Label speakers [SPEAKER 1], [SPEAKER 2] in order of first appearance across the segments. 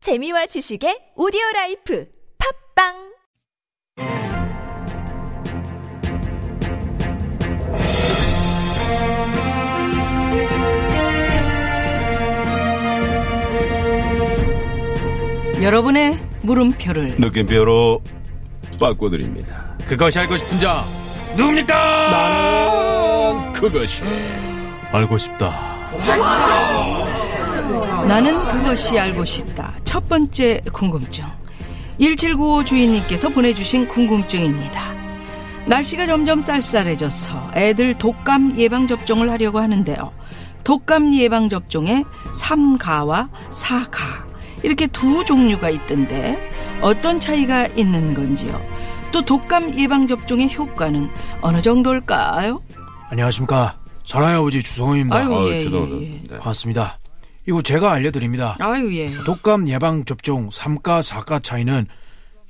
[SPEAKER 1] 재미와 지식의 오디오 라이프 팝빵
[SPEAKER 2] 여러분의 물음표를
[SPEAKER 3] 느낌표로 바꿔드립니다.
[SPEAKER 4] 그것이 알고 싶은 자 누굽니까?
[SPEAKER 3] 그것이
[SPEAKER 4] 알고 싶다.
[SPEAKER 2] 나는 그것이 알고 싶다. 첫 번째 궁금증. 1795 주인님께서 보내주신 궁금증입니다. 날씨가 점점 쌀쌀해져서 애들 독감 예방접종을 하려고 하는데요. 독감 예방접종에 삼가와사가 이렇게 두 종류가 있던데 어떤 차이가 있는 건지요? 또 독감 예방접종의 효과는 어느 정도일까요?
[SPEAKER 4] 안녕하십니까. 사랑의 아버지 주성호입니다. 네.
[SPEAKER 2] 아유,
[SPEAKER 3] 어,
[SPEAKER 2] 예,
[SPEAKER 3] 주동
[SPEAKER 2] 예, 예.
[SPEAKER 3] 선수입니다.
[SPEAKER 4] 반갑습니다. 이거 제가 알려드립니다.
[SPEAKER 2] 아유, 예.
[SPEAKER 4] 독감 예방 접종 3가 4가 차이는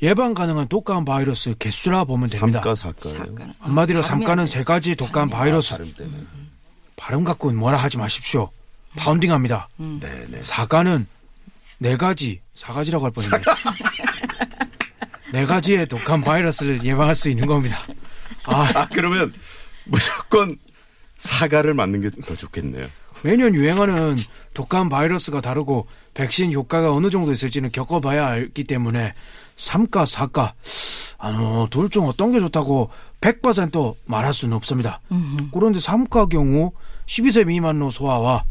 [SPEAKER 4] 예방 가능한 독감 바이러스 개수라 보면 됩니다.
[SPEAKER 3] 삼가 사가요.
[SPEAKER 2] 사과는.
[SPEAKER 4] 한마디로
[SPEAKER 2] 발음이
[SPEAKER 4] 3가는
[SPEAKER 2] 안
[SPEAKER 4] 세
[SPEAKER 2] 됐어.
[SPEAKER 4] 가지 독감 바이러스.
[SPEAKER 3] 발음 네, 때문에.
[SPEAKER 4] 발음 갖고는 뭐라 하지 마십시오. 파운딩합니다.
[SPEAKER 3] 음. 네네.
[SPEAKER 4] 사 4가는 네 가지, 4가지라고 할 뻔했네요. 네 가지의 독감 바이러스를 예방할 수 있는 겁니다. 아,
[SPEAKER 3] 아 그러면 무조건 사과를 맞는 게 더 좋겠네요.
[SPEAKER 4] 매년 유행하는 독감 바이러스가 다르고 백신 효과가 어느 정도 있을지는 겪어봐야 알기 때문에 삼가 사가 아노 둘 중 어떤 게 좋다고 100% 말할 수는 없습니다. 그런데 삼가 경우 12세 미만노 소아와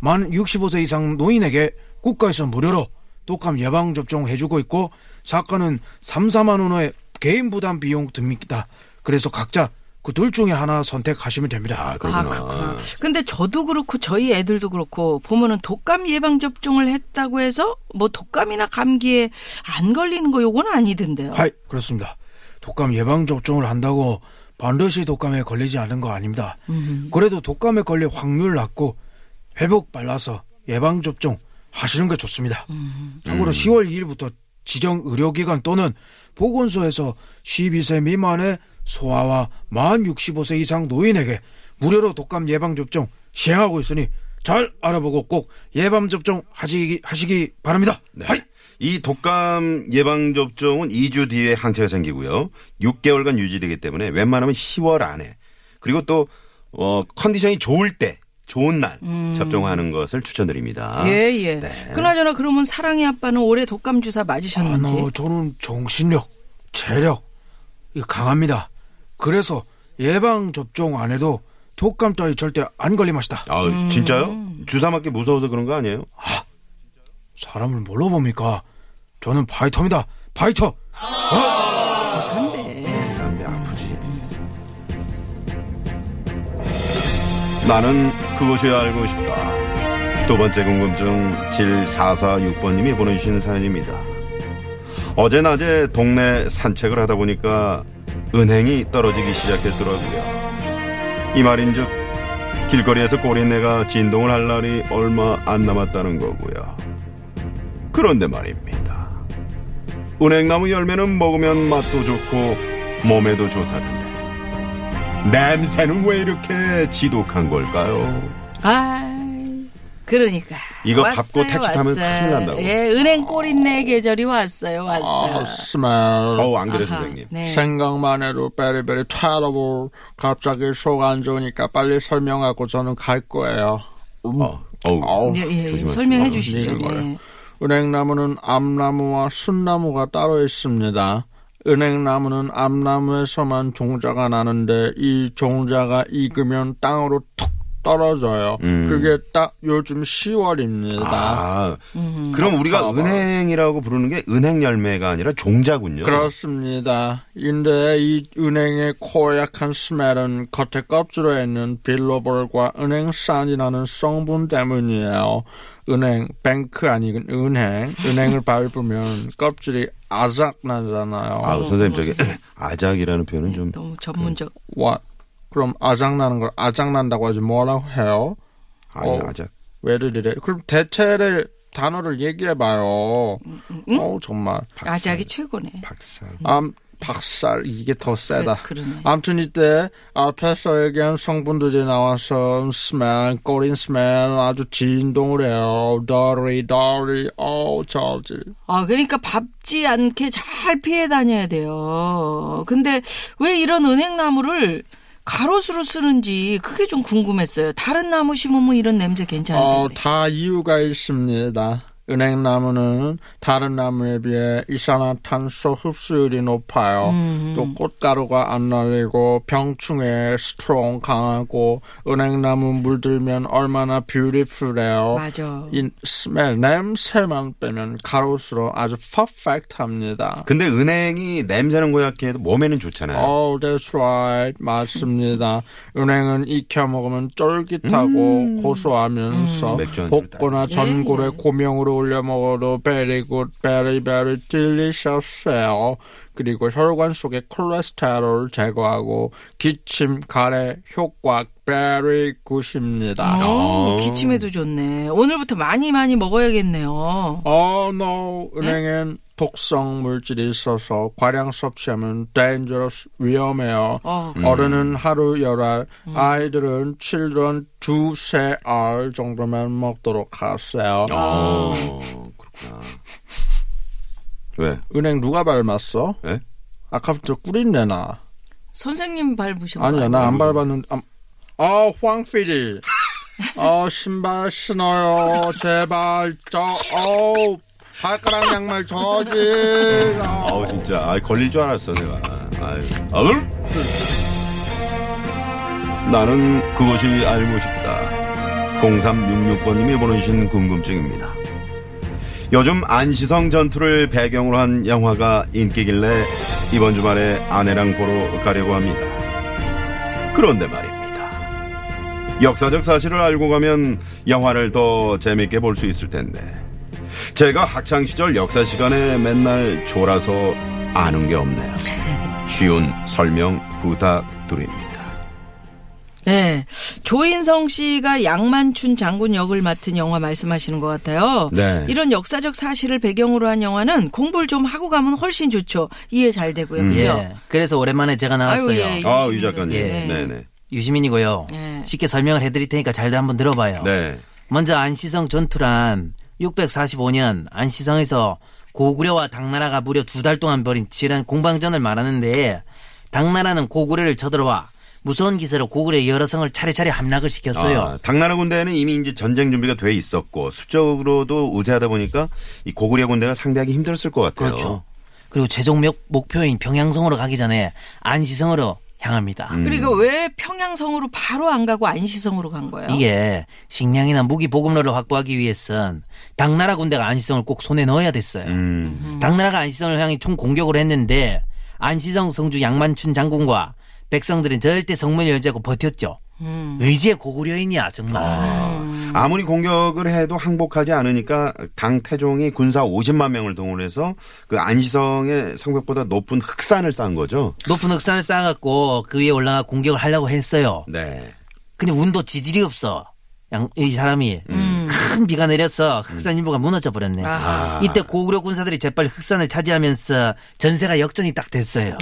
[SPEAKER 4] 만 65세 이상 노인에게 국가에서 무료로 독감 예방 접종 해주고 있고 사가는 3, 4만 원의 개인 부담 비용 듭니다. 그래서 각자 그 둘 중에 하나 선택하시면 됩니다.
[SPEAKER 3] 아
[SPEAKER 2] 아,
[SPEAKER 3] 그렇구나.
[SPEAKER 2] 그렇구나. 근데 저도 그렇고 저희 애들도 그렇고 보면은 독감 예방 접종을 했다고 해서 뭐 독감이나 감기에 안 걸리는 거 요건 아니던데요.
[SPEAKER 4] 하이 그렇습니다. 독감 예방 접종을 한다고 반드시 독감에 걸리지 않은 거 아닙니다. 그래도 독감에 걸릴 확률 낮고 회복 빨라서 예방 접종 하시는 게 좋습니다. 참고로 10월 2일부터 지정 의료기관 또는 보건소에서 12세 미만의 소아와 만 65세 이상 노인에게 무료로 독감 예방 접종 시행하고 있으니 잘 알아보고 꼭 예방 접종 하시기 하시기 바랍니다.
[SPEAKER 3] 네. 이 독감 예방 접종은 2주 뒤에 항체가 생기고요. 6개월간 유지되기 때문에 웬만하면 10월 안에 그리고 또 어, 컨디션이 좋을 때 좋은 날 접종하는 것을 추천드립니다.
[SPEAKER 2] 음. 예, 예.
[SPEAKER 3] 네.
[SPEAKER 2] 그나저나 그러면 사랑의 아빠는 올해 독감 주사 맞으셨는지.
[SPEAKER 4] 아, 너, 저는 정신력, 체력 이 강합니다. 그래서 예방 접종 안 해도 독감 따위 절대 안 걸리 맛이다.
[SPEAKER 3] 아 진짜요?
[SPEAKER 2] 음.
[SPEAKER 3] 주사 맞기 무서워서 그런 거 아니에요?
[SPEAKER 4] 사람을 뭘로 봅니까? 저는 파이터입니다. 파이터.
[SPEAKER 3] 안돼 아프지. 나는 그것이 알고 싶다. 두 번째 궁금증 7446번님이 보내주신 사연입니다. 어제 낮에 동네 산책을 하다 보니까 은행이 떨어지기 시작했더라고요. 이 말인즉 길거리에서 꼬린내가 진동을 할 날이 얼마 안 남았다는 거고요. 그런데 말입니다. 은행나무 열매는 먹으면 맛도 좋고 몸에도 좋다던데 냄새는 왜 이렇게 지독한 걸까요?
[SPEAKER 2] 아이, 그러니까.
[SPEAKER 3] 아, 이거
[SPEAKER 2] 왔어요,
[SPEAKER 3] 밟고 택시 타면
[SPEAKER 2] 왔어요.
[SPEAKER 3] 큰일 난다고.
[SPEAKER 2] 예, 은행 꼬린내 계절이 왔어요, 왔어요.
[SPEAKER 5] 아, 스멜
[SPEAKER 3] 어우 안 그래
[SPEAKER 2] 아하,
[SPEAKER 3] 선생님
[SPEAKER 2] 네.
[SPEAKER 5] 생각만 해도 베리베리 terrible 갑자기 속 안 좋으니까 빨리 설명하고 저는 갈 거예요
[SPEAKER 3] 어, 어우
[SPEAKER 5] 어우,
[SPEAKER 2] 예, 예,
[SPEAKER 3] 조심하시고.
[SPEAKER 2] 설명해
[SPEAKER 3] 아,
[SPEAKER 2] 주시죠.
[SPEAKER 5] 이런
[SPEAKER 2] 네.
[SPEAKER 5] 거예요. 은행나무는 암나무와 순나무가 따로 있습니다 은행나무는 암나무에서만 종자가 나는데 이 종자가 익으면 땅으로 툭 떨어져요
[SPEAKER 3] 음.
[SPEAKER 5] 그게 딱 요즘 10월입니다
[SPEAKER 3] 아
[SPEAKER 2] 음.
[SPEAKER 3] 그럼 우리가 은행이라고 부르는 게 은행 열매가 아니라 종자군요
[SPEAKER 5] 그렇습니다. 근데 이 은행의 고약한 스멜은 겉에 껍질에 있는 빌로볼과 은행산이라는 성분 때문이에요. 은행, 뱅크 아니고 은행. 은행을 밟으면 껍질이 아작나잖아요.
[SPEAKER 3] 아 선생님 저기
[SPEAKER 2] 무슨-
[SPEAKER 3] 아작이라는 표현은 좀
[SPEAKER 2] 너무 전문적.
[SPEAKER 5] 와, 그럼 아작나는 걸 아작난다고 하지 뭐라고 해요?
[SPEAKER 3] 아니
[SPEAKER 5] 어.
[SPEAKER 3] 아작
[SPEAKER 5] 왜를 이래? 그럼 대체를 단어를 얘기해봐요.
[SPEAKER 2] 응?
[SPEAKER 5] 어우 정말.
[SPEAKER 2] 아작이 최고네.
[SPEAKER 3] 박사
[SPEAKER 5] 암, 박살 이게 더 세다.
[SPEAKER 2] 그러네.
[SPEAKER 5] 아무튼 이때 앞에서 얘기한 성분들이 나와서 스멜, 꼬린 스멜 아주 진동을 해요. 더리 더리 어 저지.
[SPEAKER 2] 아, 그러니까 밟지 않게 잘 피해 다녀야 돼요. 근데 왜 이런 은행나무를 가로수로 쓰는지 그게 좀 궁금했어요. 다른 나무 심으면 이런 냄새
[SPEAKER 5] 어,
[SPEAKER 2] 괜찮은데.
[SPEAKER 5] 다 이유가 있습니다. 은행나무는 다른 나무에 비해 이산화탄소 흡수율이 높아요. 또 꽃가루가 안 날리고 병충해 스트롱 강하고 은행나무 물들면 얼마나 뷰티풀해요.
[SPEAKER 2] 맞아.
[SPEAKER 5] 이 스멜 냄새만 빼면 가로수로 아주 퍼펙트합니다.
[SPEAKER 3] 근데 은행이 냄새는 고약해 도 몸에는 좋잖아요.
[SPEAKER 5] Oh, that's right. 맞습니다. 은행은 익혀 먹으면 쫄깃하고 고소하면서
[SPEAKER 3] 음. 맥주 한 잔을
[SPEAKER 5] 볶거나 전골에 고명으로 올려 먹어도 very good, very, very delicious해요. 그리고 혈관 속의 콜레스테롤 제거하고 기침, 가래, 효과 very good입니다.
[SPEAKER 2] 어, 기침에도 좋네. 오늘부터 많이 많이 먹어야겠네요.
[SPEAKER 5] 어, no. 은행엔 독성 물질이 있어서 과량 섭취하면 dangerous 위험해요. 음.
[SPEAKER 2] 어,
[SPEAKER 5] 어른은 하루 열알, 아이들은 7년 두세 알 정도만 먹도록 하세요.
[SPEAKER 3] 어, 그렇구나. 왜?
[SPEAKER 5] 은행 누가 밟았어?
[SPEAKER 3] 예?
[SPEAKER 5] 아까부터 꾸린내 나.
[SPEAKER 2] 선생님 밟으신 거
[SPEAKER 5] 아니야,
[SPEAKER 2] 아니야?
[SPEAKER 5] 나 안 밟았는데. 아, 어, 황피디. 어, 신발 신어요. 제발, 저, 어우, 발가락 양말 저지. 어.
[SPEAKER 3] 아우 진짜 아 걸릴 줄 알았어 내가. 아유. 아유. 나는 그것이 알고 싶다. 0366번님이 보내주신 궁금증입니다. 요즘 안시성 전투를 배경으로 한 영화가 인기길래 이번 주말에 아내랑 보러 가려고 합니다. 그런데 말입니다. 역사적 사실을 알고 가면 영화를 더 재밌게 볼 수 있을 텐데. 제가 학창 시절 역사 시간에 맨날 졸아서 아는 게 없네요. 쉬운 설명 부탁드립니다.
[SPEAKER 2] 네. 조인성 씨가 양만춘 장군 역을 맡은 영화 말씀하시는 것 같아요.
[SPEAKER 3] 네.
[SPEAKER 2] 이런 역사적 사실을 배경으로 한 영화는 공부를 좀 하고 가면 훨씬 좋죠. 이해 잘 되고요.
[SPEAKER 3] 음,
[SPEAKER 2] 그죠?
[SPEAKER 6] 예. 그래서 오랜만에 제가 나왔어요.
[SPEAKER 2] 아유, 예.
[SPEAKER 3] 아,
[SPEAKER 2] 유시민
[SPEAKER 3] 유 작가님.
[SPEAKER 2] 선생님.
[SPEAKER 3] 네,
[SPEAKER 2] 네.
[SPEAKER 3] 네.
[SPEAKER 6] 유시민이고요.
[SPEAKER 2] 예.
[SPEAKER 6] 쉽게 설명을 해드릴 테니까 잘도 한번 들어봐요.
[SPEAKER 3] 네.
[SPEAKER 6] 먼저 안시성 전투란 645년 안시성에서 고구려와 당나라가 무려 두 달 동안 벌인 치열한 공방전을 말하는데 당나라는 고구려를 쳐들어와 무서운 기세로 고구려의 여러 성을 차례차례 함락을 시켰어요.
[SPEAKER 3] 아, 당나라 군대는 이미 이제 전쟁 준비가 돼 있었고 수적으로도 우세하다 보니까 이 고구려 군대가 상대하기 힘들었을 것 같아요.
[SPEAKER 6] 그렇죠. 그리고 최종 목- 목표인 평양성으로 가기 전에 안시성으로 향합니다.
[SPEAKER 2] 그리고 왜 평양성으로 바로 안 가고 안시성으로 간 거예요?
[SPEAKER 6] 이게 식량이나 무기 보급로를 확보하기 위해선 당나라 군대가 안시성을 꼭 손에 넣어야 됐어요.
[SPEAKER 3] 음.
[SPEAKER 6] 당나라가 안시성을 향해 총 공격을 했는데 안시성 성주 양만춘 장군과 백성들은 절대 성문을 열자고 버텼죠. 의지의 고구려인이야 정말.
[SPEAKER 3] 아. 아무리 공격을 해도 항복하지 않으니까 당 태종이 군사 50만 명을 동원해서 그 안시성의 성벽보다 높은 흑산을 쌓은 거죠.
[SPEAKER 6] 높은 흑산을 쌓아갖고 그 위에 올라가 공격을 하려고 했어요.
[SPEAKER 3] 네.
[SPEAKER 6] 근데 운도 지질이 없어. 양, 이 사람이 큰 비가 내려서 흑산 일부가 무너져 버렸네.
[SPEAKER 2] 아,
[SPEAKER 3] 아.
[SPEAKER 6] 이때 고구려 군사들이 재빨리 흑산을 차지하면서 전세가 역전이 딱 됐어요.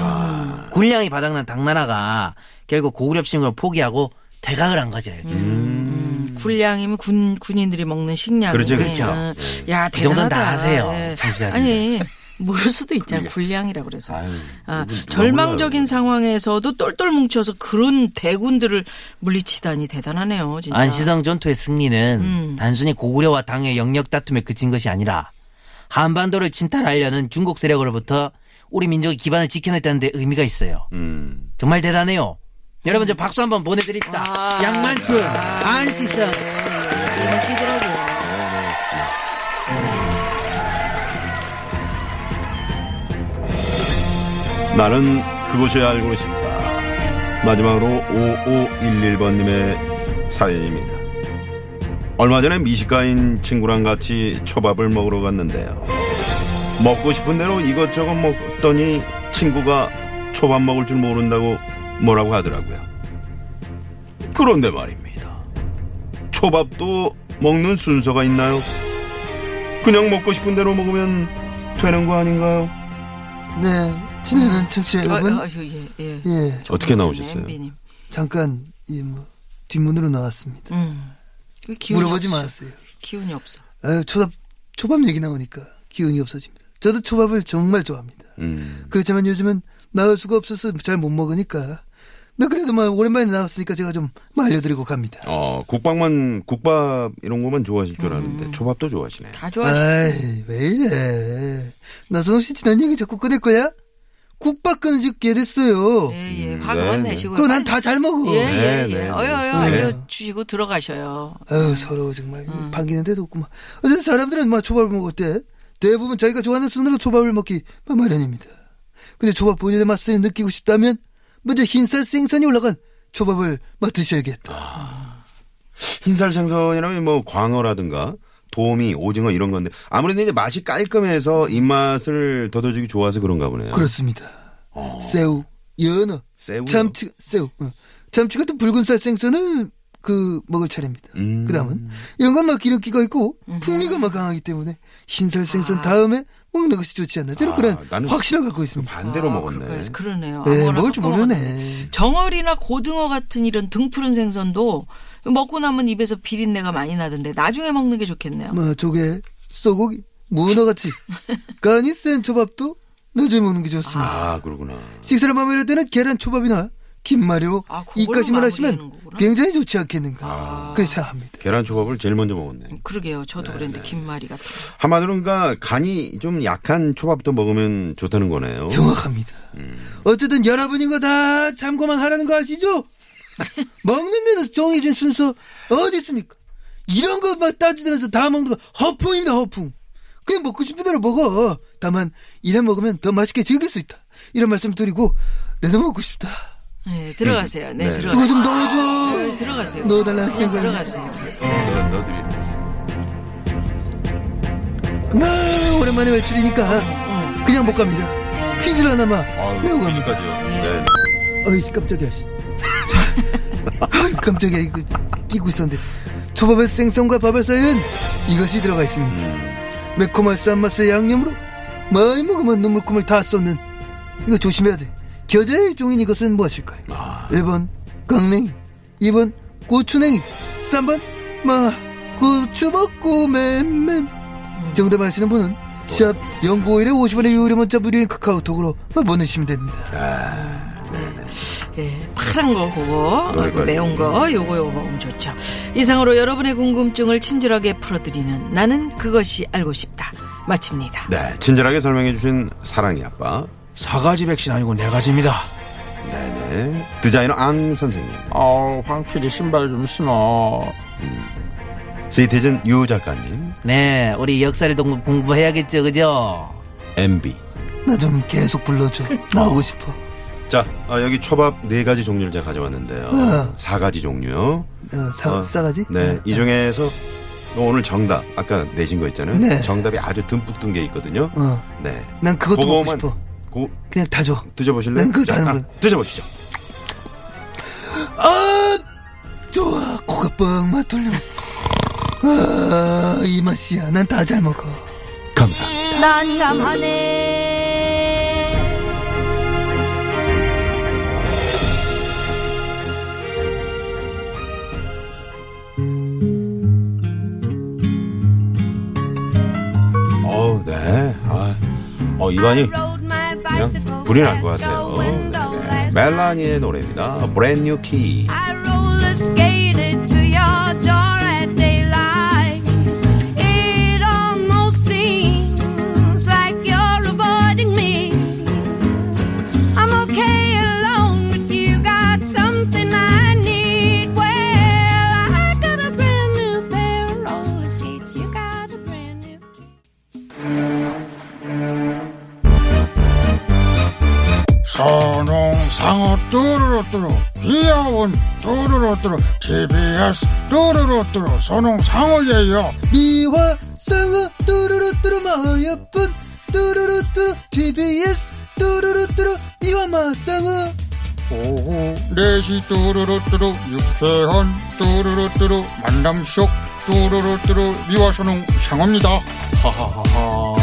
[SPEAKER 6] 군량이 바닥난 당나라가 결국 고구려 침공을 포기하고 퇴각을 한 거죠. 여기서.
[SPEAKER 2] 음, 군량이면 군 군인들이 먹는 식량.
[SPEAKER 3] 그렇죠, 그렇죠.
[SPEAKER 2] 음. 야, 대단하다.
[SPEAKER 6] 그 정도는 다 아세요,
[SPEAKER 2] 예.
[SPEAKER 6] 청취자분들.
[SPEAKER 2] 아니. 모를 수도 있잖아요. 군량이라 그래서.
[SPEAKER 3] 음. 아유,
[SPEAKER 2] 아,
[SPEAKER 3] 이분 누가
[SPEAKER 2] 절망적인 상황에서도 똘똘 뭉쳐서 그런 대군들을 물리치다니 대단하네요, 진짜. 음.
[SPEAKER 6] 안시성 전투의 승리는 단순히 고구려와 당의 영역 다툼에 그친 것이 아니라 한반도를 침탈하려는 중국 세력으로부터 우리 민족의 기반을 지켜냈다는 데 의미가 있어요.
[SPEAKER 3] 음.
[SPEAKER 6] 정말 대단해요. 여러분 저 박수 한번 보내드립시다.
[SPEAKER 2] 아.
[SPEAKER 6] 양만춘, 안시성.
[SPEAKER 3] 나는 그것이 알고 싶다. 마지막으로 5511번님의 사연입니다. 얼마 전에 미식가인 친구랑 같이 초밥을 먹으러 갔는데요. 먹고 싶은 대로 이것저것 먹더니 친구가 초밥 먹을 줄 모른다고 뭐라고 하더라고요. 그런데 말입니다. 초밥도 먹는 순서가 있나요? 그냥 먹고 싶은 대로 먹으면 되는 거 아닌가요?
[SPEAKER 7] 네, 친애는 청취자 여러분,
[SPEAKER 2] 아, 아유, 예, 예.
[SPEAKER 7] 예,
[SPEAKER 3] 어떻게 나오셨어요?
[SPEAKER 2] MB님.
[SPEAKER 7] 잠깐, 이 뭐, 뒷문으로 나왔습니다.
[SPEAKER 2] 음. 그 기운이
[SPEAKER 7] 물어보지
[SPEAKER 2] 없어.
[SPEAKER 7] 마세요.
[SPEAKER 2] 기운이 없어.
[SPEAKER 7] 아유, 초밥, 초밥 얘기 나오니까 기운이 없어집니다. 저도 초밥을 정말 좋아합니다.
[SPEAKER 3] 음.
[SPEAKER 7] 그렇지만 요즘은 나올 수가 없어서 잘 못 먹으니까. 나 그래도 막 오랜만에 나왔으니까 제가 좀뭐 알려드리고 갑니다.
[SPEAKER 3] 어, 국밥만, 국밥 이런 것만 좋아하실 줄 아는데
[SPEAKER 7] 음.
[SPEAKER 3] 초밥도 좋아하시네.
[SPEAKER 2] 다 좋아하시.
[SPEAKER 7] 아이, 왜 이래. 나선호 씨 지난 얘기 자꾸 꺼낼 거야? 국밥 끊은 지 꽤됐어요.
[SPEAKER 2] 예, 예.
[SPEAKER 3] 음,
[SPEAKER 2] 화가
[SPEAKER 3] 네,
[SPEAKER 2] 네,
[SPEAKER 3] 네.
[SPEAKER 2] 내시고.
[SPEAKER 7] 아, 그럼 난 다 잘 먹어.
[SPEAKER 2] 예, 예,
[SPEAKER 3] 네,
[SPEAKER 2] 예.
[SPEAKER 3] 네,
[SPEAKER 2] 어여, 어여,
[SPEAKER 3] 네.
[SPEAKER 2] 알려주시고 들어가셔요.
[SPEAKER 7] 아유, 서러워, 정말.
[SPEAKER 2] 음.
[SPEAKER 7] 반기는 데도 없구만. 어쨌든 사람들은 막 초밥을 먹을 때 대부분 자기가 좋아하는 순으로 초밥을 먹기 마련입니다. 근데 초밥 본연의 맛을 느끼고 싶다면 먼저 흰살 생선이 올라간 초밥을 맛 드셔야겠다.
[SPEAKER 3] 흰살 생선이라면 뭐 광어라든가 도미, 오징어 이런 건데 아무래도 이제 맛이 깔끔해서 입맛을 더더지기 좋아서 그런가 보네요. 어.
[SPEAKER 7] 그렇습니다. 새우, 연어,
[SPEAKER 3] 새우요?
[SPEAKER 7] 참치, 새우. 어. 참치 같은 붉은살 생선을 그 먹을 차례입니다.
[SPEAKER 3] 음.
[SPEAKER 7] 그 다음은 이런 건 막 기름기가 있고 풍미가 막 강하기 때문에 흰살 생선
[SPEAKER 2] 아.
[SPEAKER 7] 다음에 먹는 것이 좋지 않나 저는
[SPEAKER 3] 아,
[SPEAKER 7] 그런
[SPEAKER 3] 나는
[SPEAKER 7] 확신을 갖고 있습니다.
[SPEAKER 3] 반대로
[SPEAKER 2] 아,
[SPEAKER 3] 먹었네.
[SPEAKER 2] 그러니까, 그러네요.
[SPEAKER 7] 예,
[SPEAKER 2] 아무거나
[SPEAKER 7] 먹을 줄
[SPEAKER 2] 섞어 먹었네.
[SPEAKER 7] 모르네.
[SPEAKER 2] 정어리나 고등어 같은 이런 등푸른 생선도 먹고 나면 입에서 비린내가 많이 나던데 나중에 먹는 게 좋겠네요.
[SPEAKER 7] 뭐 조개, 소고기, 문어같이 간이 센 초밥도 나중에 먹는 게 좋습니다.
[SPEAKER 3] 아, 그러구나.
[SPEAKER 7] 식사를 마무리할 때는 계란 초밥이나 김말이로
[SPEAKER 2] 아, 그걸로
[SPEAKER 7] 이까지만 하시면
[SPEAKER 2] 마무리하는 거구나. 아.
[SPEAKER 7] 굉장히 좋지 않겠는가 그렇게 생각합니다.
[SPEAKER 3] 계란 초밥을 제일 먼저 먹었네.
[SPEAKER 2] 그러게요. 저도 그랬는데 김말이 같은 거.
[SPEAKER 3] 한마디로 그러니까 간이 좀 약한 초밥도 먹으면 좋다는 거네요.
[SPEAKER 7] 정확합니다. 어쨌든 여러분인 거 다 참고만 하라는 거 아시죠? 먹는 데는 정해진 순서 어디 있습니까? 이런 거 막 따지면서 다 먹는 거 허풍입니다 허풍. 그냥 먹고 싶은 대로 먹어. 다만 이래 먹으면 더 맛있게 즐길 수 있다. 이런 말씀 드리고 내도 먹고 싶다.
[SPEAKER 2] 네, 들어가세요. 네,
[SPEAKER 7] 이거
[SPEAKER 2] 들어가세요.
[SPEAKER 7] 좀 넣어줘.
[SPEAKER 2] 네, 들어가세요.
[SPEAKER 7] 넣어달라는 생각.
[SPEAKER 2] 들어가세요.
[SPEAKER 3] 네, 넣어드려요.
[SPEAKER 7] 막 오랜만에 외출이니까 그냥 못 갑니다. 퀴즈를 하나만 내고 갑니다.
[SPEAKER 3] 여기까지요. 네.
[SPEAKER 7] 어이 깜짝이야. 씨. 아이, 깜짝이야 이거 끼고 있었는데 초밥에 생선과 밥을 쌓은 이것이 들어가 있습니다. 매콤한 쌈맛의 양념으로 많이 먹으면 눈물콧물 다 쏟는 이거 조심해야 돼. 겨자의 종인 이것은 뭐 무엇일까요?
[SPEAKER 3] 아,
[SPEAKER 7] 1번 강냉이 2번 고추냉이 3번 마 고추 먹고 맴맴 정답 아시는 분은 샵 0951에 50원의 유료 문자 무료인 카카오톡으로 보내주시면 됩니다.
[SPEAKER 2] 예, 파란 거 그거
[SPEAKER 3] 노래
[SPEAKER 2] 그리고 매운 거 요거 요거 음, 좋죠. 이상으로 여러분의 궁금증을 친절하게 풀어드리는 나는 그것이 알고 싶다 마칩니다.
[SPEAKER 3] 네, 친절하게 설명해 주신 사랑이 아빠.
[SPEAKER 4] 사가지 백신 아니고 네 가지입니다.
[SPEAKER 3] 네네. 디자이너 앙 선생님.
[SPEAKER 5] 어, 황필이 신발 좀 신어.
[SPEAKER 3] 시티즌 유 작가님.
[SPEAKER 6] 네, 우리 역사를 동- 공부해야겠죠, 그죠?
[SPEAKER 3] MB.
[SPEAKER 7] 나 좀 계속 불러줘. 나오고 싶어.
[SPEAKER 3] 자, 아, 여기 초밥 네 가지 종류를 제가 가져왔는데요.
[SPEAKER 7] 어.
[SPEAKER 3] 사 가지 종류요.
[SPEAKER 7] 어, 사,
[SPEAKER 3] 어,
[SPEAKER 7] 싸가지?
[SPEAKER 3] 네, 이 중에서 뭐 오늘 정답 아까 내신 거 있잖아요.
[SPEAKER 7] 네.
[SPEAKER 3] 정답이 아주 듬뿍 든 게 있거든요.
[SPEAKER 7] 어,
[SPEAKER 3] 네,
[SPEAKER 7] 난 그것도 먹고
[SPEAKER 3] 그거만
[SPEAKER 7] 싶어.
[SPEAKER 3] 고
[SPEAKER 7] 그냥 다 줘.
[SPEAKER 3] 드셔보실래요?
[SPEAKER 7] 네, 그거
[SPEAKER 3] 자,
[SPEAKER 7] 다른
[SPEAKER 3] 하나 드셔보시죠.
[SPEAKER 7] 아, 좋아. 코가 뻥막 뚫려. 아, 이 맛이야. 난 다 잘 먹어.
[SPEAKER 3] 감사.
[SPEAKER 1] 난감하네.
[SPEAKER 3] 어우, 네. 아, 어 입안이 그냥 불이 날 것 같아요. 네. 멜라니의 노래입니다. Brand New Key.
[SPEAKER 8] I roller skated to your door at daylight. It almost seems like you're avoiding me. I'm okay alone, but you got something I need. Well, I got a brand new pair of roller skates. You got a brand new key.
[SPEAKER 5] 선홍상어 뚜루루뚜루 귀여운 뚜루루뚜루 TBS 뚜루루뚜루 선홍상어예요
[SPEAKER 7] 미화, 쌍어, 뚜루루, 뚜루, 마여쁜 뚜루루, 뚜루, TBS, 뚜루루, 뚜루, 미화, 마, 쌍어.
[SPEAKER 5] 오후 4시 뚜루루뚜루 유쾌한 뚜루루뚜루 만남 속 뚜루루뚜루 미화 선홍상어입니다 하하하하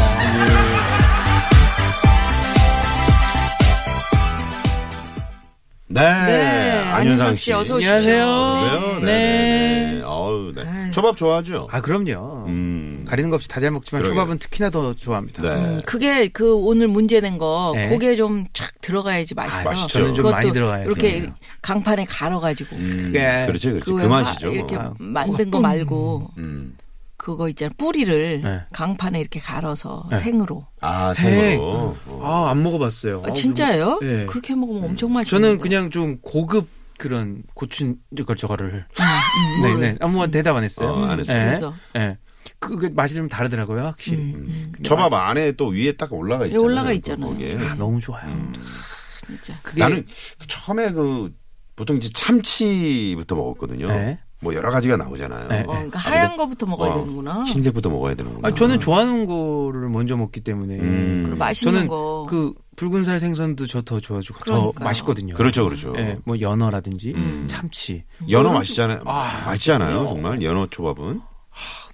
[SPEAKER 5] 예.
[SPEAKER 3] 네.
[SPEAKER 2] 네, 안윤상 씨 어서 오십시오.
[SPEAKER 3] 그래요?
[SPEAKER 2] 안녕하세요.
[SPEAKER 3] 네. 네. 네. 어우, 네. 초밥 좋아하죠?
[SPEAKER 5] 아 그럼요.
[SPEAKER 3] 음.
[SPEAKER 5] 가리는 거 없이 다 잘 먹지만
[SPEAKER 3] 그러게요.
[SPEAKER 5] 초밥은 특히나 더 좋아합니다.
[SPEAKER 3] 네.
[SPEAKER 2] 음, 그게 그 오늘 문제 낸거
[SPEAKER 5] 네.
[SPEAKER 2] 고개 좀 촥 들어가야지 맛있어.
[SPEAKER 3] 아, 맛있죠.
[SPEAKER 5] 저는 좀
[SPEAKER 2] 그것도
[SPEAKER 5] 많이 들어가야
[SPEAKER 2] 이렇게
[SPEAKER 5] 돼요.
[SPEAKER 2] 강판에 갈아 가지고
[SPEAKER 3] 음,
[SPEAKER 5] 예.
[SPEAKER 3] 그렇지, 그렇지. 그 맛이죠.
[SPEAKER 2] 이렇게
[SPEAKER 5] 아,
[SPEAKER 2] 만든 거 말고
[SPEAKER 3] 음.
[SPEAKER 2] 그거 있잖아. 뿌리를
[SPEAKER 5] 네.
[SPEAKER 2] 강판에 이렇게 갈아서
[SPEAKER 5] 네.
[SPEAKER 2] 생으로.
[SPEAKER 3] 아,
[SPEAKER 5] 네.
[SPEAKER 3] 생으로. 어.
[SPEAKER 5] 아 안 먹어봤어요.
[SPEAKER 2] 아, 진짜예요?
[SPEAKER 5] 네.
[SPEAKER 2] 그렇게 먹으면 엄청 맛있어.
[SPEAKER 5] 저는 그냥 좀 고급 그런 고추 그 저거를 네네 아무 대답 안 했어요.
[SPEAKER 3] 어, 안 했어요.
[SPEAKER 5] 예.
[SPEAKER 2] 음, 그래서. 음.
[SPEAKER 5] 예. 그, 그 맛이 좀 다르더라고요 확실히.
[SPEAKER 3] 초밥 안에 또 위에 딱 올라가 있잖아요. 그
[SPEAKER 2] 올라가 있잖아요.
[SPEAKER 3] 거기에.
[SPEAKER 5] 아, 너무 좋아요.
[SPEAKER 3] 음,
[SPEAKER 2] 진짜.
[SPEAKER 5] 그게
[SPEAKER 3] 나는 처음에 그 보통 이제 참치부터 먹었거든요.
[SPEAKER 5] 네.
[SPEAKER 3] 뭐 여러 가지가 나오잖아요.
[SPEAKER 5] 네.
[SPEAKER 2] 어, 그러니까
[SPEAKER 3] 아,
[SPEAKER 2] 하얀
[SPEAKER 3] 근데-
[SPEAKER 2] 거부터 먹어야
[SPEAKER 3] 어,
[SPEAKER 2] 되는구나.
[SPEAKER 3] 흰색부터 먹어야 되는구나.
[SPEAKER 5] 아, 저는 좋아하는 거를 먼저 먹기 때문에
[SPEAKER 3] 음.
[SPEAKER 2] 그리고 맛있는
[SPEAKER 5] 저는
[SPEAKER 2] 거.
[SPEAKER 5] 그 붉은 살 생선도 저 더 좋아하고 더
[SPEAKER 2] 그러니까요.
[SPEAKER 5] 맛있거든요.
[SPEAKER 3] 그렇죠, 그렇죠.
[SPEAKER 5] 예, 뭐 연어라든지
[SPEAKER 3] 음.
[SPEAKER 5] 참치
[SPEAKER 3] 연어 맛있잖아요.
[SPEAKER 5] 아,
[SPEAKER 3] 맛있잖아요,
[SPEAKER 5] 그럼요.
[SPEAKER 3] 정말. 연어 초밥은.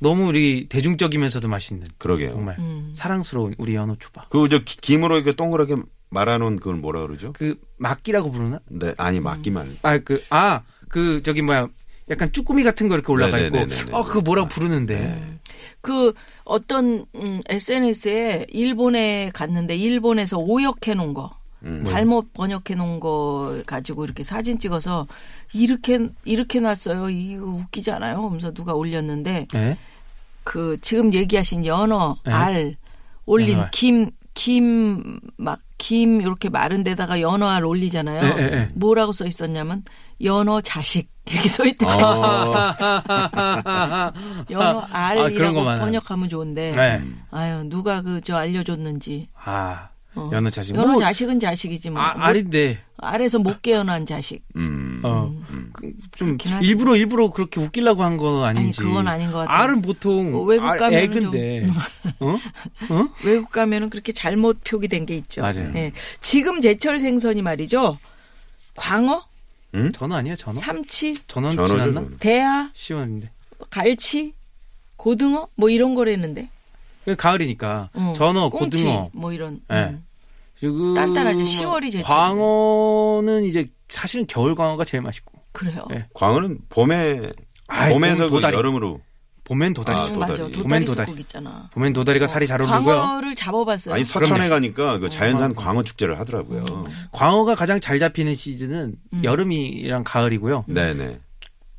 [SPEAKER 5] 너무 우리 대중적이면서도 맛있는
[SPEAKER 3] 그러게요.
[SPEAKER 5] 정말
[SPEAKER 2] 음.
[SPEAKER 5] 사랑스러운 우리 연어 초밥.
[SPEAKER 3] 그 저 김으로 이렇게 동그랗게 말아놓은 그걸 뭐라 그러죠?
[SPEAKER 5] 그 막기라고 부르나?
[SPEAKER 3] 네, 아니 막기만.
[SPEAKER 5] 아 그 아 그 저기 뭐야 약간 쭈꾸미 같은 거 이렇게 올라가 있고
[SPEAKER 3] 네네네네네. 네.
[SPEAKER 5] 아 그거 뭐라고 부르는데
[SPEAKER 2] 그 어떤 음, SNS에 일본에 갔는데 일본에서 오역해 놓은 거
[SPEAKER 5] 네.
[SPEAKER 3] 음.
[SPEAKER 2] 잘못 번역해 놓은 거 가지고 이렇게 사진 찍어서 이렇게 이렇게 놨어요. 이거 웃기지 않아요? 하면서 누가 올렸는데
[SPEAKER 5] 예?
[SPEAKER 2] 그 지금 얘기하신 연어
[SPEAKER 5] 네.
[SPEAKER 2] 알 올린
[SPEAKER 5] 연어 알.
[SPEAKER 2] 김 김 막 김 이렇게 마른 데다가 연어 알 올리잖아요.
[SPEAKER 5] 네, 네, 네.
[SPEAKER 2] 뭐라고 써 있었냐면 연어 자식 이렇게 써 있더라고요.
[SPEAKER 3] 어,
[SPEAKER 2] 연어
[SPEAKER 5] 아, 그런
[SPEAKER 2] 알이라고
[SPEAKER 5] 거 많아요.
[SPEAKER 2] 번역하면 좋은데
[SPEAKER 5] 네.
[SPEAKER 2] 아유 누가 그 저 알려줬는지
[SPEAKER 5] 아
[SPEAKER 2] 어.
[SPEAKER 5] 연어 자식
[SPEAKER 2] 연어
[SPEAKER 5] 뭐
[SPEAKER 2] 자식은 자식이지 뭐
[SPEAKER 5] 아, 알인데
[SPEAKER 2] 알에서 못 깨어난 자식
[SPEAKER 3] 음.
[SPEAKER 5] 어좀
[SPEAKER 2] 그렇긴 하지.
[SPEAKER 5] 일부러 일부러 그렇게 웃기려고 한 건 아닌지
[SPEAKER 2] 그건 아닌 것 같아요.
[SPEAKER 5] 알은 보통
[SPEAKER 2] 뭐 외국
[SPEAKER 5] 알-
[SPEAKER 2] 가면은
[SPEAKER 5] 애근데 어?
[SPEAKER 2] 외국 가면은 그렇게 잘못 표기된 게 있죠.
[SPEAKER 5] 맞아요.
[SPEAKER 2] 예. 지금 제철 생선이 말이죠. 광어,
[SPEAKER 5] 전어 아니야 전어
[SPEAKER 2] 삼치,
[SPEAKER 5] 전어
[SPEAKER 3] 전어죠,
[SPEAKER 5] 지났나
[SPEAKER 3] 전어.
[SPEAKER 2] 대하,
[SPEAKER 5] 시원인데
[SPEAKER 2] 갈치, 고등어 뭐 이런 거랬는데.
[SPEAKER 5] 그 가을이니까
[SPEAKER 2] 어,
[SPEAKER 5] 전어
[SPEAKER 2] 꽁치,
[SPEAKER 5] 고등어
[SPEAKER 2] 뭐 이런.
[SPEAKER 5] 예.
[SPEAKER 2] 음.
[SPEAKER 5] 지금
[SPEAKER 2] 단단하죠. 10월이 제철이네.
[SPEAKER 5] 광어는 이제 사실은 겨울 광어가 제일 맛있고
[SPEAKER 2] 그래요.
[SPEAKER 5] 예.
[SPEAKER 3] 광어는 봄에
[SPEAKER 5] 아이,
[SPEAKER 3] 봄에서
[SPEAKER 5] 봄 도다리.
[SPEAKER 3] 그 여름으로
[SPEAKER 5] 봄엔 도다리죠.
[SPEAKER 3] 아,
[SPEAKER 2] 음, 맞아.
[SPEAKER 3] 도다리.
[SPEAKER 2] 도다리
[SPEAKER 5] 봄엔
[SPEAKER 2] 수국
[SPEAKER 5] 도다리.
[SPEAKER 2] 있잖아.
[SPEAKER 5] 봄엔 도다리가 살이 잘 오르고요.
[SPEAKER 2] 광어를 잡아봤어요.
[SPEAKER 3] 아니 서천에
[SPEAKER 5] 그럼요. 음.
[SPEAKER 3] 가니까 그 자연산 광어 축제를 하더라고요.
[SPEAKER 5] 광어가 가장 잘 잡히는 시즌은
[SPEAKER 2] 음.
[SPEAKER 5] 여름이랑 가을이고요.
[SPEAKER 3] 네네.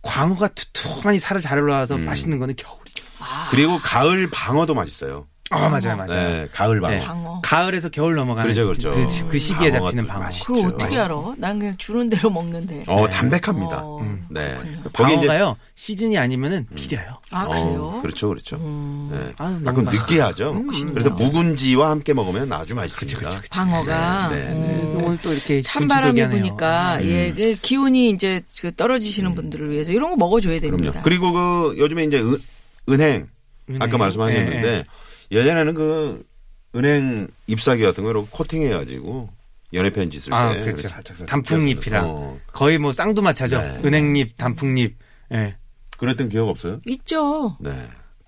[SPEAKER 5] 광어가 두툼하니 살을 잘 올라와서
[SPEAKER 3] 음.
[SPEAKER 5] 맛있는 거는 겨울이죠.
[SPEAKER 2] 아,
[SPEAKER 3] 그리고 가을 방어도 맛있어요.
[SPEAKER 5] 아 맞아요, 맞아요.
[SPEAKER 3] 네, 가을 방어.
[SPEAKER 5] 네.
[SPEAKER 2] 광어.
[SPEAKER 5] 가을에서 겨울 넘어가는
[SPEAKER 3] 그렇죠, 그렇죠.
[SPEAKER 5] 그, 그 시기에
[SPEAKER 3] 방어가
[SPEAKER 5] 잡히는
[SPEAKER 3] 또
[SPEAKER 5] 방어.
[SPEAKER 3] 맛있죠.
[SPEAKER 2] 그걸 어떻게 알아? 난 그냥 주는 대로 먹는데.
[SPEAKER 3] 어
[SPEAKER 5] 네.
[SPEAKER 3] 담백합니다.
[SPEAKER 2] 어,
[SPEAKER 3] 네.
[SPEAKER 5] 그
[SPEAKER 3] 거기 이제 음.
[SPEAKER 5] 방어가요 시즌이 아니면은 비려요.
[SPEAKER 2] 아 그래요? 음.
[SPEAKER 3] 어, 그렇죠, 그렇죠. 네.
[SPEAKER 5] 음. 아유, 너무
[SPEAKER 3] 가끔
[SPEAKER 5] 맛-
[SPEAKER 3] 느끼하죠.
[SPEAKER 5] 그렇군요.
[SPEAKER 3] 그래서 묵은지와 함께 먹으면 아주 맛있습니다.
[SPEAKER 2] 방어가
[SPEAKER 3] 네, 네,
[SPEAKER 2] 음.
[SPEAKER 5] 오늘 또 이렇게
[SPEAKER 2] 찬바람이
[SPEAKER 5] 군침도기하네요. 아, 음.
[SPEAKER 2] 부니까 예, 그 기운이 이제 그 떨어지시는 분들을 위해서 이런 거 먹어줘야 됩니다.
[SPEAKER 3] 그럼요. 그리고 그 요즘에 이제 은, 은행
[SPEAKER 5] 은행.
[SPEAKER 3] 아까 말씀하셨는데
[SPEAKER 5] 예,
[SPEAKER 3] 예전에는 그 은행 입사기 같은 거 이렇게 코팅해가지고 연애 편지 쓸 때
[SPEAKER 5] 아, 그렇죠. 단풍잎이랑.
[SPEAKER 3] 어,
[SPEAKER 5] 거의 뭐 쌍두마차죠.
[SPEAKER 3] 네.
[SPEAKER 5] 은행잎, 단풍잎. 예.
[SPEAKER 3] 그랬던 기억 없어요?
[SPEAKER 2] 있죠.
[SPEAKER 3] 네,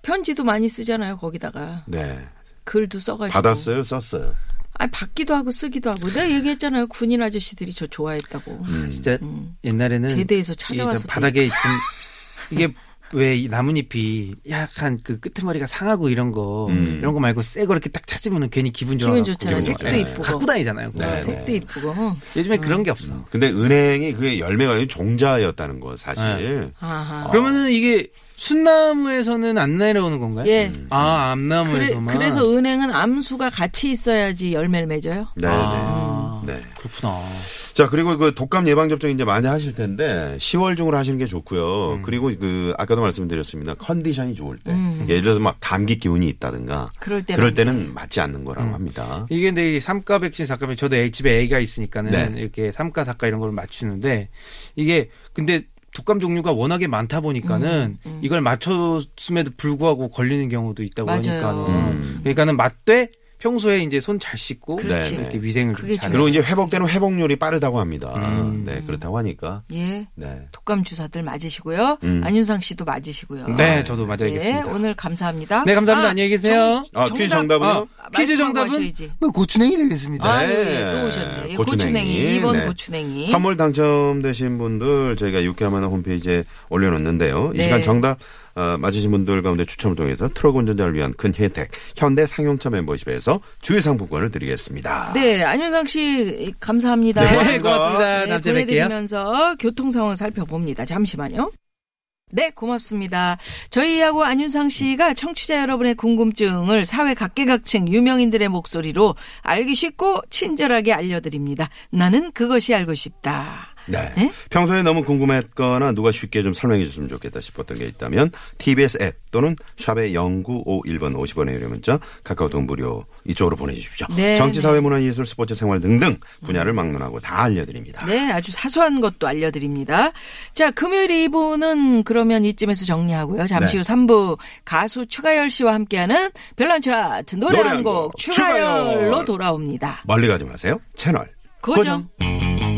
[SPEAKER 2] 편지도 많이 쓰잖아요. 거기다가
[SPEAKER 3] 네.
[SPEAKER 2] 글도 써가지고
[SPEAKER 3] 받았어요, 썼어요.
[SPEAKER 2] 아니 받기도 하고 쓰기도 하고 내가 얘기했잖아요. 군인 아저씨들이 저 좋아했다고.
[SPEAKER 3] 음.
[SPEAKER 5] 진짜 옛날에는
[SPEAKER 2] 제대에서
[SPEAKER 5] 이저
[SPEAKER 2] 찾아와서
[SPEAKER 5] 바닥에 좀 이게 왜 이 나뭇잎이 약간 그 끝머리가 상하고 이런 거
[SPEAKER 3] 음.
[SPEAKER 5] 이런 거 말고 새 거 이렇게 딱 찾으면 괜히 기분 좋아.
[SPEAKER 2] 기분 좋잖아요.
[SPEAKER 3] 기분
[SPEAKER 2] 색도
[SPEAKER 3] 좋아요.
[SPEAKER 2] 이쁘고 음.
[SPEAKER 5] 갖고 다니잖아요. 그거.
[SPEAKER 3] 네, 음.
[SPEAKER 2] 색도
[SPEAKER 3] 네.
[SPEAKER 2] 이쁘고. 어.
[SPEAKER 5] 요즘에 그런 게 없어.
[SPEAKER 3] 근데 은행이 그게 열매가 아니고 종자였다는 거 사실.
[SPEAKER 5] 네.
[SPEAKER 2] 아하.
[SPEAKER 5] 그러면은 이게 순나무에서는 안 내려오는 건가요?
[SPEAKER 2] 예.
[SPEAKER 5] 아
[SPEAKER 2] 그래,
[SPEAKER 5] 암나무에서만.
[SPEAKER 2] 그래서 은행은 암수가 같이 있어야지 열매를 맺어요.
[SPEAKER 3] 네,
[SPEAKER 5] 아.
[SPEAKER 3] 네. 네.
[SPEAKER 5] 그렇구나.
[SPEAKER 3] 자, 그리고 그 독감 예방 접종 이제 많이 하실 텐데 10월 중으로 하시는 게 좋고요.
[SPEAKER 5] 음.
[SPEAKER 3] 그리고 그 아까도 말씀드렸습니다. 컨디션이 좋을 때. 예를 들어서 막 감기 기운이 있다든가
[SPEAKER 2] 그럴 때는
[SPEAKER 3] 그럴 때는 맞지 않는 거라고
[SPEAKER 5] 음.
[SPEAKER 3] 합니다.
[SPEAKER 5] 이게 근데 이 삼가 백신 사가 백신 저도 애- 집에 애가 있으니까는
[SPEAKER 3] 네.
[SPEAKER 5] 이렇게 삼가 사가 이런 걸 맞추는데 이게 근데 독감 종류가 워낙에 많다 보니까는
[SPEAKER 2] 음,
[SPEAKER 5] 이걸 맞췄음에도 불구하고 걸리는 경우도 있다고
[SPEAKER 2] 맞아요.
[SPEAKER 5] 하니까는
[SPEAKER 3] 음.
[SPEAKER 5] 그러니까는 맞되 평소에 이제 손 잘 씻고
[SPEAKER 2] 그렇지.
[SPEAKER 5] 이렇게 위생을
[SPEAKER 2] 그게
[SPEAKER 5] 좀 잘.
[SPEAKER 3] 그리고 이제 회복되는 회복률이 빠르다고 합니다.
[SPEAKER 5] 음.
[SPEAKER 3] 네, 그렇다고 하니까.
[SPEAKER 2] 예.
[SPEAKER 3] 네.
[SPEAKER 2] 독감 주사들 맞으시고요.
[SPEAKER 3] 음.
[SPEAKER 2] 안윤상 씨도 맞으시고요.
[SPEAKER 5] 네, 저도
[SPEAKER 2] 예,
[SPEAKER 5] 맞아야겠습니다.
[SPEAKER 2] 오늘 감사합니다.
[SPEAKER 5] 네, 감사합니다. 안녕히 계세요.
[SPEAKER 3] 아, 퀴즈 정답은요?
[SPEAKER 5] 퀴즈 정답은? 네.
[SPEAKER 2] 하셔야지.
[SPEAKER 7] 뭐 고추냉이 되겠습니다.
[SPEAKER 2] 아,
[SPEAKER 3] 네.
[SPEAKER 2] 예, 또 오셨네. 예, 고추냉이.
[SPEAKER 3] 고추냉이.
[SPEAKER 2] 이번
[SPEAKER 3] 네.
[SPEAKER 2] 고추냉이.
[SPEAKER 3] 선물 당첨되신 분들 저희가 유쾌한 만화 홈페이지에 올려놓는데요. 이
[SPEAKER 2] 네.
[SPEAKER 3] 시간 정답 어, 맞으신 분들 가운데 추첨을 통해서 트럭 운전자를 위한 큰 혜택 현대 상용차 멤버십에서 주유 상품권을 드리겠습니다.
[SPEAKER 2] 네, 안윤상 씨 감사합니다.
[SPEAKER 3] 네,
[SPEAKER 5] 네, 고맙습니다.
[SPEAKER 2] 네,
[SPEAKER 5] 다음 주에 뵐게요.
[SPEAKER 2] 보내드리면서 교통 상황 살펴봅니다. 잠시만요. 네, 고맙습니다. 저희하고 안윤상 씨가 청취자 여러분의 궁금증을 사회 각계각층 유명인들의 목소리로 알기 쉽고 친절하게 알려드립니다. 나는 그것이 알고 싶다.
[SPEAKER 3] 네.
[SPEAKER 2] 네?
[SPEAKER 3] 평소에 너무 궁금했거나 누가 쉽게 좀 설명해 줬으면 좋겠다 싶었던 게 있다면 TBS 앱 또는 샵의 0951번 50원의 유료 문자 카카오톡 무료 이쪽으로 보내주십시오.
[SPEAKER 2] 네,
[SPEAKER 3] 정치,
[SPEAKER 2] 네.
[SPEAKER 3] 사회, 문화, 예술, 스포츠, 생활 등등 분야를 막론하고 다 알려드립니다.
[SPEAKER 2] 네, 아주 사소한 것도 알려드립니다. 자, 금요일 2부는 그러면 이쯤에서 정리하고요. 잠시
[SPEAKER 3] 네.
[SPEAKER 2] 후 3부 가수 추가열 씨와 함께하는 별난 차트 노래
[SPEAKER 3] 노래 한
[SPEAKER 2] 한 곡
[SPEAKER 3] 곡, 추가열.
[SPEAKER 2] 추가열로 돌아옵니다.
[SPEAKER 3] 멀리 가지 마세요. 채널
[SPEAKER 2] 고정.
[SPEAKER 3] 고정.